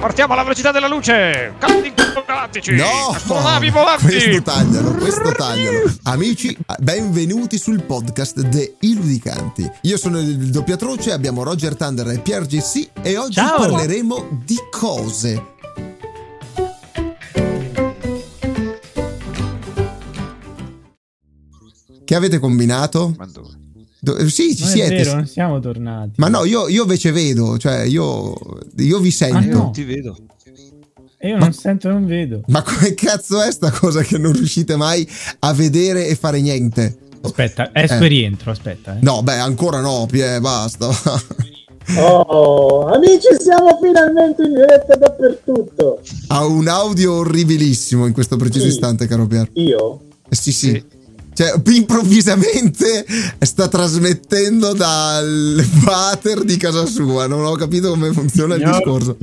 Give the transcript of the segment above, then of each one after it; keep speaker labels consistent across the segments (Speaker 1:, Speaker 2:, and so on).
Speaker 1: Partiamo alla velocità della luce! Campi galattici!
Speaker 2: No!
Speaker 1: Astronavi volanti!
Speaker 2: Questo taglialo, questo taglialo. Amici, benvenuti sul podcast The Iludicanti. Io sono il doppio atroce, abbiamo Roger Thunder e Pier GC e oggi
Speaker 3: Ciao.
Speaker 2: parleremo di cose. Che avete combinato?
Speaker 1: Ma dove?
Speaker 2: Do- sì, ci
Speaker 3: Non è
Speaker 2: siete.
Speaker 3: vero, eh? non siamo tornati.
Speaker 2: Ma no, io, io invece vedo, cioè io, io vi sento.
Speaker 3: Ah, no.
Speaker 1: Ti vedo.
Speaker 3: E io
Speaker 2: ma-
Speaker 3: non sento, non vedo.
Speaker 2: Ma come cazzo è sta cosa che non riuscite mai a vedere e fare niente?
Speaker 3: Aspetta, adesso
Speaker 2: Eh.
Speaker 3: rientro, aspetta. eh.
Speaker 2: No, beh, ancora no, Pie, basta.
Speaker 4: Oh, amici, siamo finalmente in diretta dappertutto.
Speaker 2: ha un audio orribilissimo in questo preciso
Speaker 4: Sì.
Speaker 2: istante, caro Pier.
Speaker 4: Io?
Speaker 2: Eh, Sì, sì.
Speaker 1: Sì.
Speaker 2: Cioè, improvvisamente sta trasmettendo dal water di casa sua. Non ho capito come funziona il
Speaker 3: No.
Speaker 2: discorso.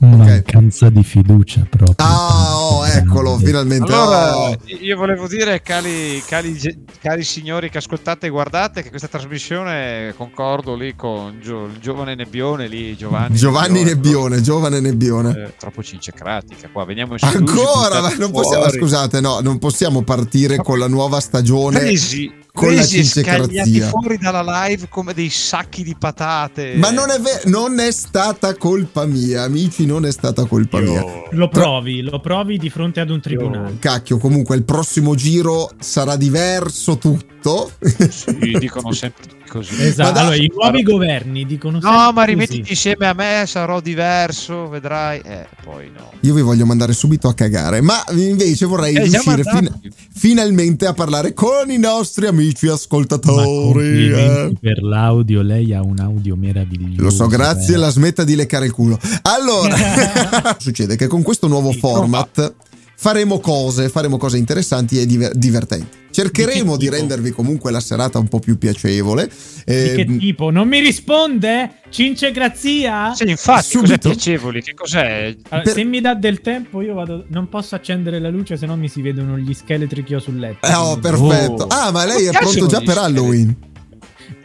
Speaker 5: Mancanza di fiducia proprio.
Speaker 2: Ah, oh, eccolo, finalmente.
Speaker 1: Allora,
Speaker 2: Oh.
Speaker 1: io volevo dire, cari, cari ge- cari signori che ascoltate e guardate, che questa trasmissione, concordo lì con Gio- il giovane Nebbione, lì Giovanni.
Speaker 2: Giovanni Nebbione, giovane Nebbione.
Speaker 1: Eh, troppo cincecratica qua, veniamo in studio,
Speaker 2: Ancora?
Speaker 1: buttati
Speaker 2: Ma non possiamo,
Speaker 1: fuori.
Speaker 2: scusate, no, non possiamo partire con la nuova stagione.
Speaker 1: Presi,
Speaker 2: con la
Speaker 1: presi e
Speaker 2: cincecrazia.
Speaker 1: scagliati fuori dalla live come dei sacchi di patate.
Speaker 2: Ma non è, ver- non è stata colpa mia, amici, non è stata colpa mia.
Speaker 3: Lo provi, lo provi di fronte ad un tribunale.
Speaker 2: Cacchio, comunque il prossimo giro sarà diverso tutto.
Speaker 1: Sì, dicono sempre così.
Speaker 3: Esatto,
Speaker 2: Ma dai,
Speaker 3: allora, i nuovi governi dicono
Speaker 1: No, ma rimettiti
Speaker 3: rimettiti
Speaker 1: insieme a me, sarò diverso, vedrai. Eh, poi no.
Speaker 2: Io vi voglio mandare subito a cagare, ma invece vorrei
Speaker 1: Eh, siamo
Speaker 2: riuscire fin-
Speaker 1: andati.
Speaker 2: finalmente a parlare con i nostri amici
Speaker 5: Ma
Speaker 2: ascoltatori. eh.
Speaker 5: complimenti per l'audio, lei ha un audio meraviglioso.
Speaker 2: Lo so, grazie,
Speaker 5: eh.
Speaker 2: la smetta di leccare il culo. Allora, succede che con questo nuovo format faremo cose, faremo cose interessanti e diver- divertenti. Cercheremo di,
Speaker 3: Di che tipo?
Speaker 2: rendervi comunque la serata un po' più piacevole.
Speaker 3: Di che
Speaker 2: Ehm,
Speaker 3: tipo? Non mi risponde? Cince Grazia?
Speaker 1: Sì, infatti,
Speaker 2: Subito.
Speaker 1: cos'è piacevoli? Che cos'è?
Speaker 3: Allora,
Speaker 2: per-
Speaker 3: Se mi dà del tempo, io vado. Non posso accendere la luce, se no mi si vedono gli scheletri che ho sul letto.
Speaker 2: eh, oh, perfetto.
Speaker 1: Oh.
Speaker 2: Ah, ma lei è
Speaker 1: Cazzo,
Speaker 2: pronto già
Speaker 1: gli
Speaker 2: per
Speaker 1: scheletri.
Speaker 2: Halloween.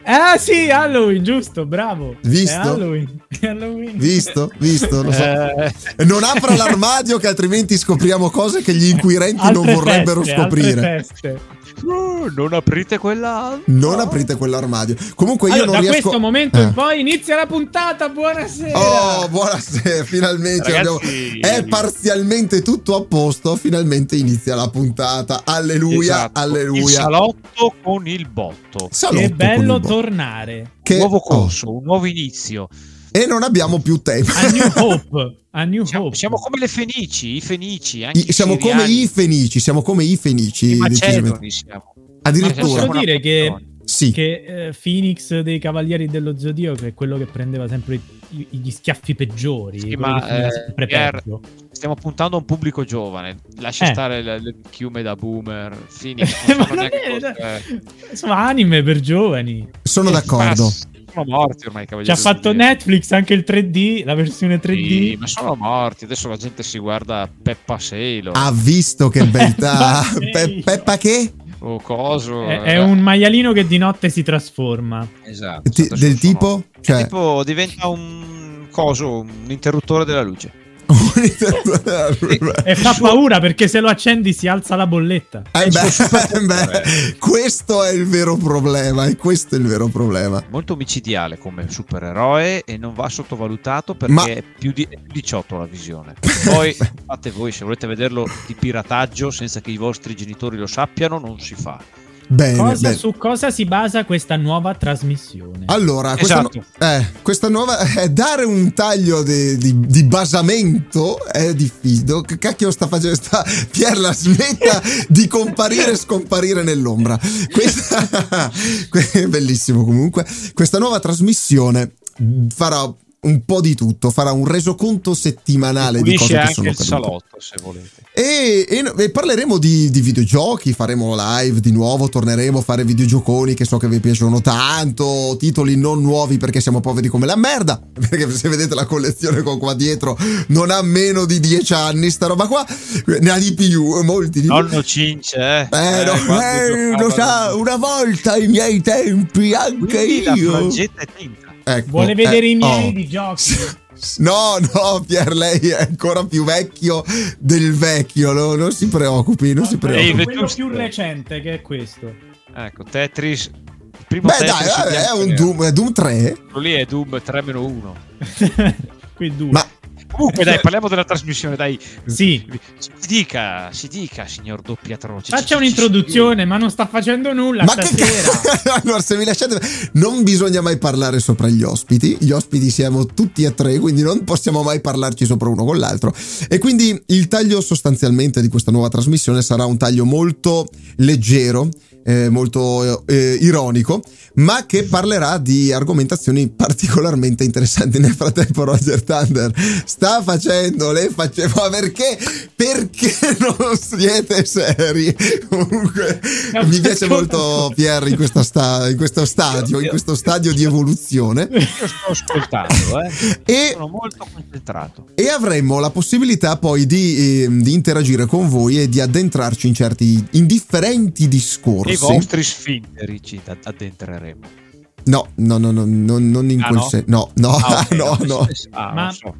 Speaker 3: Ah, sì, Halloween, giusto, bravo.
Speaker 2: Visto?
Speaker 3: È Halloween. È Halloween.
Speaker 2: Visto? Visto? Lo so.
Speaker 1: Eh,
Speaker 2: Non apra l'armadio che altrimenti scopriamo cose che gli inquirenti non
Speaker 3: Altre
Speaker 2: vorrebbero
Speaker 3: feste,
Speaker 2: scoprire.
Speaker 3: altre feste.
Speaker 1: uh, non aprite quella.
Speaker 2: Non aprite quell'armadio. Comunque io
Speaker 3: Allora, da
Speaker 2: non riesco...
Speaker 3: questo momento
Speaker 2: Eh.
Speaker 3: in poi inizia la puntata. Buonasera.
Speaker 2: Oh, buonasera, finalmente abbiamo...
Speaker 1: Ragazzi,
Speaker 2: È parzialmente tutto a posto, finalmente inizia la puntata. Alleluia,
Speaker 1: esatto, Il
Speaker 2: alleluia.
Speaker 1: salotto con il botto.
Speaker 2: Salotto
Speaker 3: che bello
Speaker 2: con il bo-
Speaker 3: tornare
Speaker 2: che-
Speaker 1: Un nuovo
Speaker 2: oh,
Speaker 1: corso, un nuovo inizio.
Speaker 2: e non abbiamo più tempo.
Speaker 3: a New Hope. A New
Speaker 1: Siamo,
Speaker 3: Hope.
Speaker 1: siamo come le fenici, i fenici. Anche
Speaker 2: Oh. I- siamo come i fenici, siamo come i fenici.
Speaker 1: I
Speaker 2: decisamente.
Speaker 1: macedoni siamo.
Speaker 3: Ma
Speaker 1: certo.
Speaker 2: Addirittura,
Speaker 3: posso dire che-
Speaker 2: sì.
Speaker 3: che eh, Phoenix dei Cavalieri dello Zodiaco è quello che prendeva sempre i- gli schiaffi peggiori,
Speaker 1: Sì,
Speaker 3: quello
Speaker 1: ma,
Speaker 3: che finiva
Speaker 1: eh,
Speaker 3: sempre
Speaker 1: Pierre-
Speaker 3: peggio.
Speaker 1: Stiamo puntando a un pubblico giovane. Lascia
Speaker 3: Eh.
Speaker 1: stare le, le chiume da boomer. Phoenix, non
Speaker 3: Ma
Speaker 1: sanno
Speaker 3: non
Speaker 1: neanche
Speaker 3: è-
Speaker 1: cos'è.
Speaker 3: Insomma, anime per giovani.
Speaker 2: sono d'accordo.
Speaker 1: Ma sono morti ormai i
Speaker 3: Ci ha
Speaker 1: cavalieri.
Speaker 3: fatto
Speaker 1: del
Speaker 3: Netflix anche il 3D, la versione 3D.
Speaker 1: Zodiaco. Sì, ma sono morti. Adesso la gente si guarda Peppa Selo
Speaker 2: Ha visto che beltà.
Speaker 3: Peppa
Speaker 2: Pe-
Speaker 3: Sei.
Speaker 2: Peppa che?
Speaker 1: o Coso. eh,
Speaker 3: È, è un maialino che di notte si trasforma.
Speaker 1: Esatto,
Speaker 2: Ti-
Speaker 1: adesso
Speaker 2: del
Speaker 1: sono-
Speaker 2: tipo? Cioè,
Speaker 1: Tipo diventa un coso, un interruttore della luce.
Speaker 3: E fa
Speaker 1: Suo-
Speaker 3: paura perché se lo accendi si alza la bolletta.
Speaker 2: Eh
Speaker 1: il suo
Speaker 2: beh,
Speaker 1: superpotere.
Speaker 2: beh, questo è il vero problema. E questo è il vero problema.
Speaker 1: Molto omicidiale come supereroe e non va sottovalutato perché
Speaker 2: Ma-
Speaker 1: è più di è più 18 la visione. Poi fate voi, se volete vederlo di pirataggio senza che i vostri genitori lo sappiano, non si fa.
Speaker 2: Bene,
Speaker 3: Cosa-
Speaker 2: bene.
Speaker 3: su cosa si basa questa nuova trasmissione?
Speaker 2: Allora, questa, nu-
Speaker 1: Esatto.
Speaker 2: eh, questa nuova. eh, dare un taglio di, di- di basamento è difficile. Che cacchio sta facendo? Sta, Pier la smetta di comparire e scomparire nell'ombra. Questa, que- bellissimo comunque. Questa nuova trasmissione farà un po' di tutto, farà un resoconto settimanale Ah, di
Speaker 1: Pulisce
Speaker 2: cose che
Speaker 1: anche
Speaker 2: sono
Speaker 1: il
Speaker 2: cadute.
Speaker 1: salotto, se volete.
Speaker 2: E, e- e parleremo di, di videogiochi, faremo live di nuovo, torneremo a fare videogioconi che so che vi piacciono tanto, titoli non nuovi perché siamo poveri come la merda, perché se vedete la collezione con qua dietro non ha meno di 10 anni sta roba qua, ne ha di più, eh, molti di più.
Speaker 1: Nonno Cince, eh.
Speaker 2: Eh, no,
Speaker 1: quando
Speaker 2: eh,
Speaker 1: giocavano-
Speaker 2: lo sa, una volta i miei tempi anche
Speaker 1: Quindi la
Speaker 2: io.
Speaker 1: frangetta è tinta.
Speaker 2: Ecco,
Speaker 3: Vuole vedere
Speaker 2: eh,
Speaker 3: i miei
Speaker 2: oh.
Speaker 3: di giochi?
Speaker 2: No, no, Pier, lei è ancora più vecchio del vecchio, no? non si preoccupi, non si
Speaker 1: Ehi,
Speaker 2: preoccupi.
Speaker 1: ve-
Speaker 3: quello più recente che è questo.
Speaker 1: Ecco, Tetris. Il primo
Speaker 2: Beh
Speaker 1: Tetris
Speaker 2: dai,
Speaker 1: su
Speaker 2: vabbè, è
Speaker 1: PSP.
Speaker 2: un Doom, è Doom 3.
Speaker 1: Quello Lì è Doom 3-1.
Speaker 3: Qui due.
Speaker 2: Ma-
Speaker 1: Comunque, dai, parliamo della trasmissione. Dai,
Speaker 3: Sì.
Speaker 1: si dica, si dica, signor doppiatroce.
Speaker 3: Faccia un'introduzione, ma non sta facendo nulla
Speaker 2: Ma che
Speaker 3: stasera.
Speaker 2: ca- allora, se mi lasciate, non bisogna mai parlare sopra gli ospiti. Gli ospiti siamo tutti e tre, quindi non possiamo mai parlarci sopra uno con l'altro. E quindi il taglio sostanzialmente di questa nuova trasmissione sarà un taglio molto leggero, eh, molto eh, ironico, ma che parlerà di argomentazioni particolarmente interessanti. Nel frattempo, Roger Thunder sta facendo le facce, ma perché? Perché non siete seri? Comunque, mi piace molto Pierre in, questa sta- in questo stadio, in questo stadio di evoluzione.
Speaker 3: Eh,
Speaker 1: Io sto ascoltando, eh.
Speaker 2: E
Speaker 1: Sono molto concentrato.
Speaker 2: e avremmo la possibilità poi di, ehm, di interagire con voi e di addentrarci in certi in differenti
Speaker 1: I
Speaker 2: discorsi.
Speaker 1: vostri sfinteri ci ad- addentreremo.
Speaker 2: No, no, no, no, no, non in
Speaker 1: Ah,
Speaker 2: quel
Speaker 1: no?
Speaker 2: senso. No, no,
Speaker 1: Ah, ok,
Speaker 2: no, no.
Speaker 1: Ah,
Speaker 3: Ma-
Speaker 1: non so.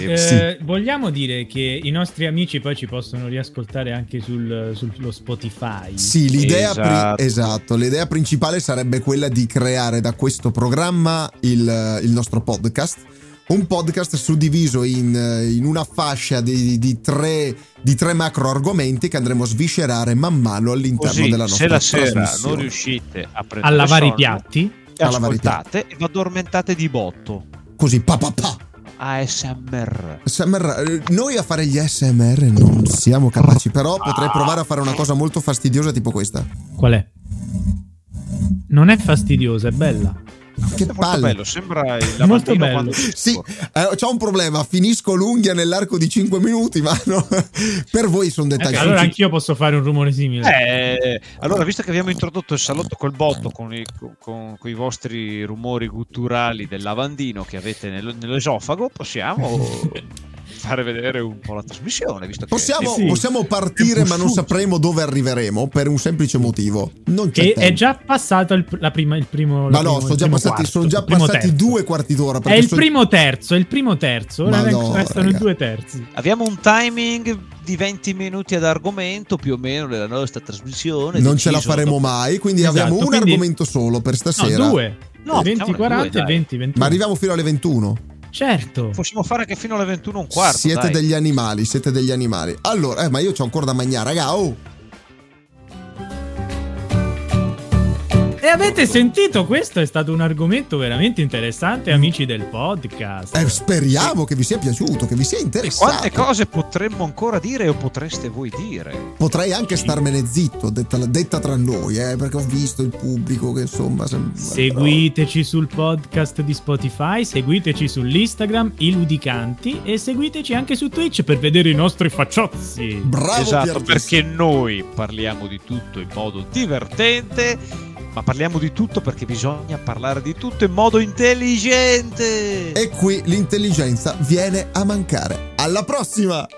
Speaker 3: Eh,
Speaker 2: Sì.
Speaker 3: Vogliamo dire che i nostri amici poi ci possono riascoltare anche sul, sullo Spotify.
Speaker 2: Sì, l'idea, pri-
Speaker 1: Esatto.
Speaker 2: esatto, l'idea principale sarebbe quella di creare da questo programma il, il nostro podcast. Un podcast suddiviso in, eh, in una fascia di, di tre, di tre macro argomenti che andremo a sviscerare man mano all'interno
Speaker 1: Così,
Speaker 2: della nostra
Speaker 1: se la sera
Speaker 2: trasmissione.
Speaker 1: non riuscite a prendere
Speaker 3: A lavare i
Speaker 1: sonno,
Speaker 3: piatti.
Speaker 1: e
Speaker 2: A lavare i
Speaker 1: ascoltate e vi addormentate di botto.
Speaker 2: Così, pa pa pa.
Speaker 1: ASMR.
Speaker 2: ASMR, eh, noi a fare gli ASMR non siamo capaci, però potrei provare a fare una cosa molto fastidiosa tipo questa.
Speaker 3: Qual è? Non è fastidiosa, è bella.
Speaker 2: Che
Speaker 1: È molto
Speaker 2: palle.
Speaker 1: bello, sembra il lavandino
Speaker 3: Molto bello.
Speaker 1: quando-
Speaker 2: Sì, eh, c'ho un problema, finisco l'unghia nell'arco di 5 minuti, ma no, per voi sono
Speaker 3: Ecco,
Speaker 2: dettagli.
Speaker 3: allora anch'io posso fare un rumore simile.
Speaker 1: Eh, allora, visto che abbiamo introdotto il salotto col botto con i, con- con i vostri rumori gutturali del lavandino che avete nel- nell'esofago, possiamo fare vedere un po' la trasmissione. Visto che
Speaker 2: Possiamo,
Speaker 3: Eh, Sì.
Speaker 2: possiamo partire, ma non sapremo dove arriveremo per un semplice motivo. Non c'è
Speaker 3: E
Speaker 2: tempo.
Speaker 3: è già passato il, la prima, il primo.
Speaker 2: ma
Speaker 3: la
Speaker 2: no, sono
Speaker 3: primo- il
Speaker 2: già
Speaker 3: primo
Speaker 2: passati,
Speaker 3: quarto,
Speaker 2: sono già
Speaker 3: il primo
Speaker 2: passati
Speaker 3: terzo.
Speaker 2: due quarti d'ora.
Speaker 3: È
Speaker 2: perché
Speaker 3: il
Speaker 2: sono-
Speaker 3: primo terzo, è il primo terzo. Ora
Speaker 2: Ma no,
Speaker 3: restano
Speaker 2: raga.
Speaker 3: due terzi.
Speaker 1: Abbiamo un timing di 20 minuti ad argomento più o meno della nostra trasmissione.
Speaker 2: Non ce la
Speaker 1: deciso
Speaker 2: faremo
Speaker 1: dopo-
Speaker 2: mai, quindi
Speaker 3: Esatto,
Speaker 2: abbiamo un
Speaker 3: quindi-
Speaker 2: argomento solo per
Speaker 3: No,
Speaker 2: stasera.
Speaker 3: due.
Speaker 1: No,
Speaker 3: 20,
Speaker 1: cavolo,
Speaker 3: 40
Speaker 1: due,
Speaker 3: e
Speaker 1: dai.
Speaker 3: 20, 21.
Speaker 2: Ma arriviamo fino alle 21.
Speaker 3: Certo.
Speaker 1: Possiamo fare anche fino alle 21 e un quarto.
Speaker 2: siete
Speaker 1: dai.
Speaker 2: degli animali, siete degli animali. Allora, eh, ma io c'ho ancora da mangiare, raga. Oh,
Speaker 3: E avete sentito? Questo è stato un argomento veramente interessante, amici del podcast.
Speaker 2: Mm. Eh, speriamo che vi sia piaciuto, che vi sia
Speaker 1: E
Speaker 2: interessato.
Speaker 1: quante cose potremmo ancora dire o potreste voi dire?
Speaker 2: Potrei anche starmene zitto, detta, detta tra noi, eh, perché ho visto il pubblico che insomma. sem-
Speaker 3: Seguiteci sul podcast di Spotify, seguiteci sull'Instagram, i Ludicanti e seguiteci anche su Twitch per vedere i nostri facciozzi.
Speaker 2: Bravo,
Speaker 1: esatto,
Speaker 2: Pierluigi.
Speaker 1: perché noi parliamo di tutto in modo divertente, ma parliamo di tutto perché bisogna parlare di tutto in modo intelligente.
Speaker 2: E qui l'intelligenza viene a mancare. Alla prossima!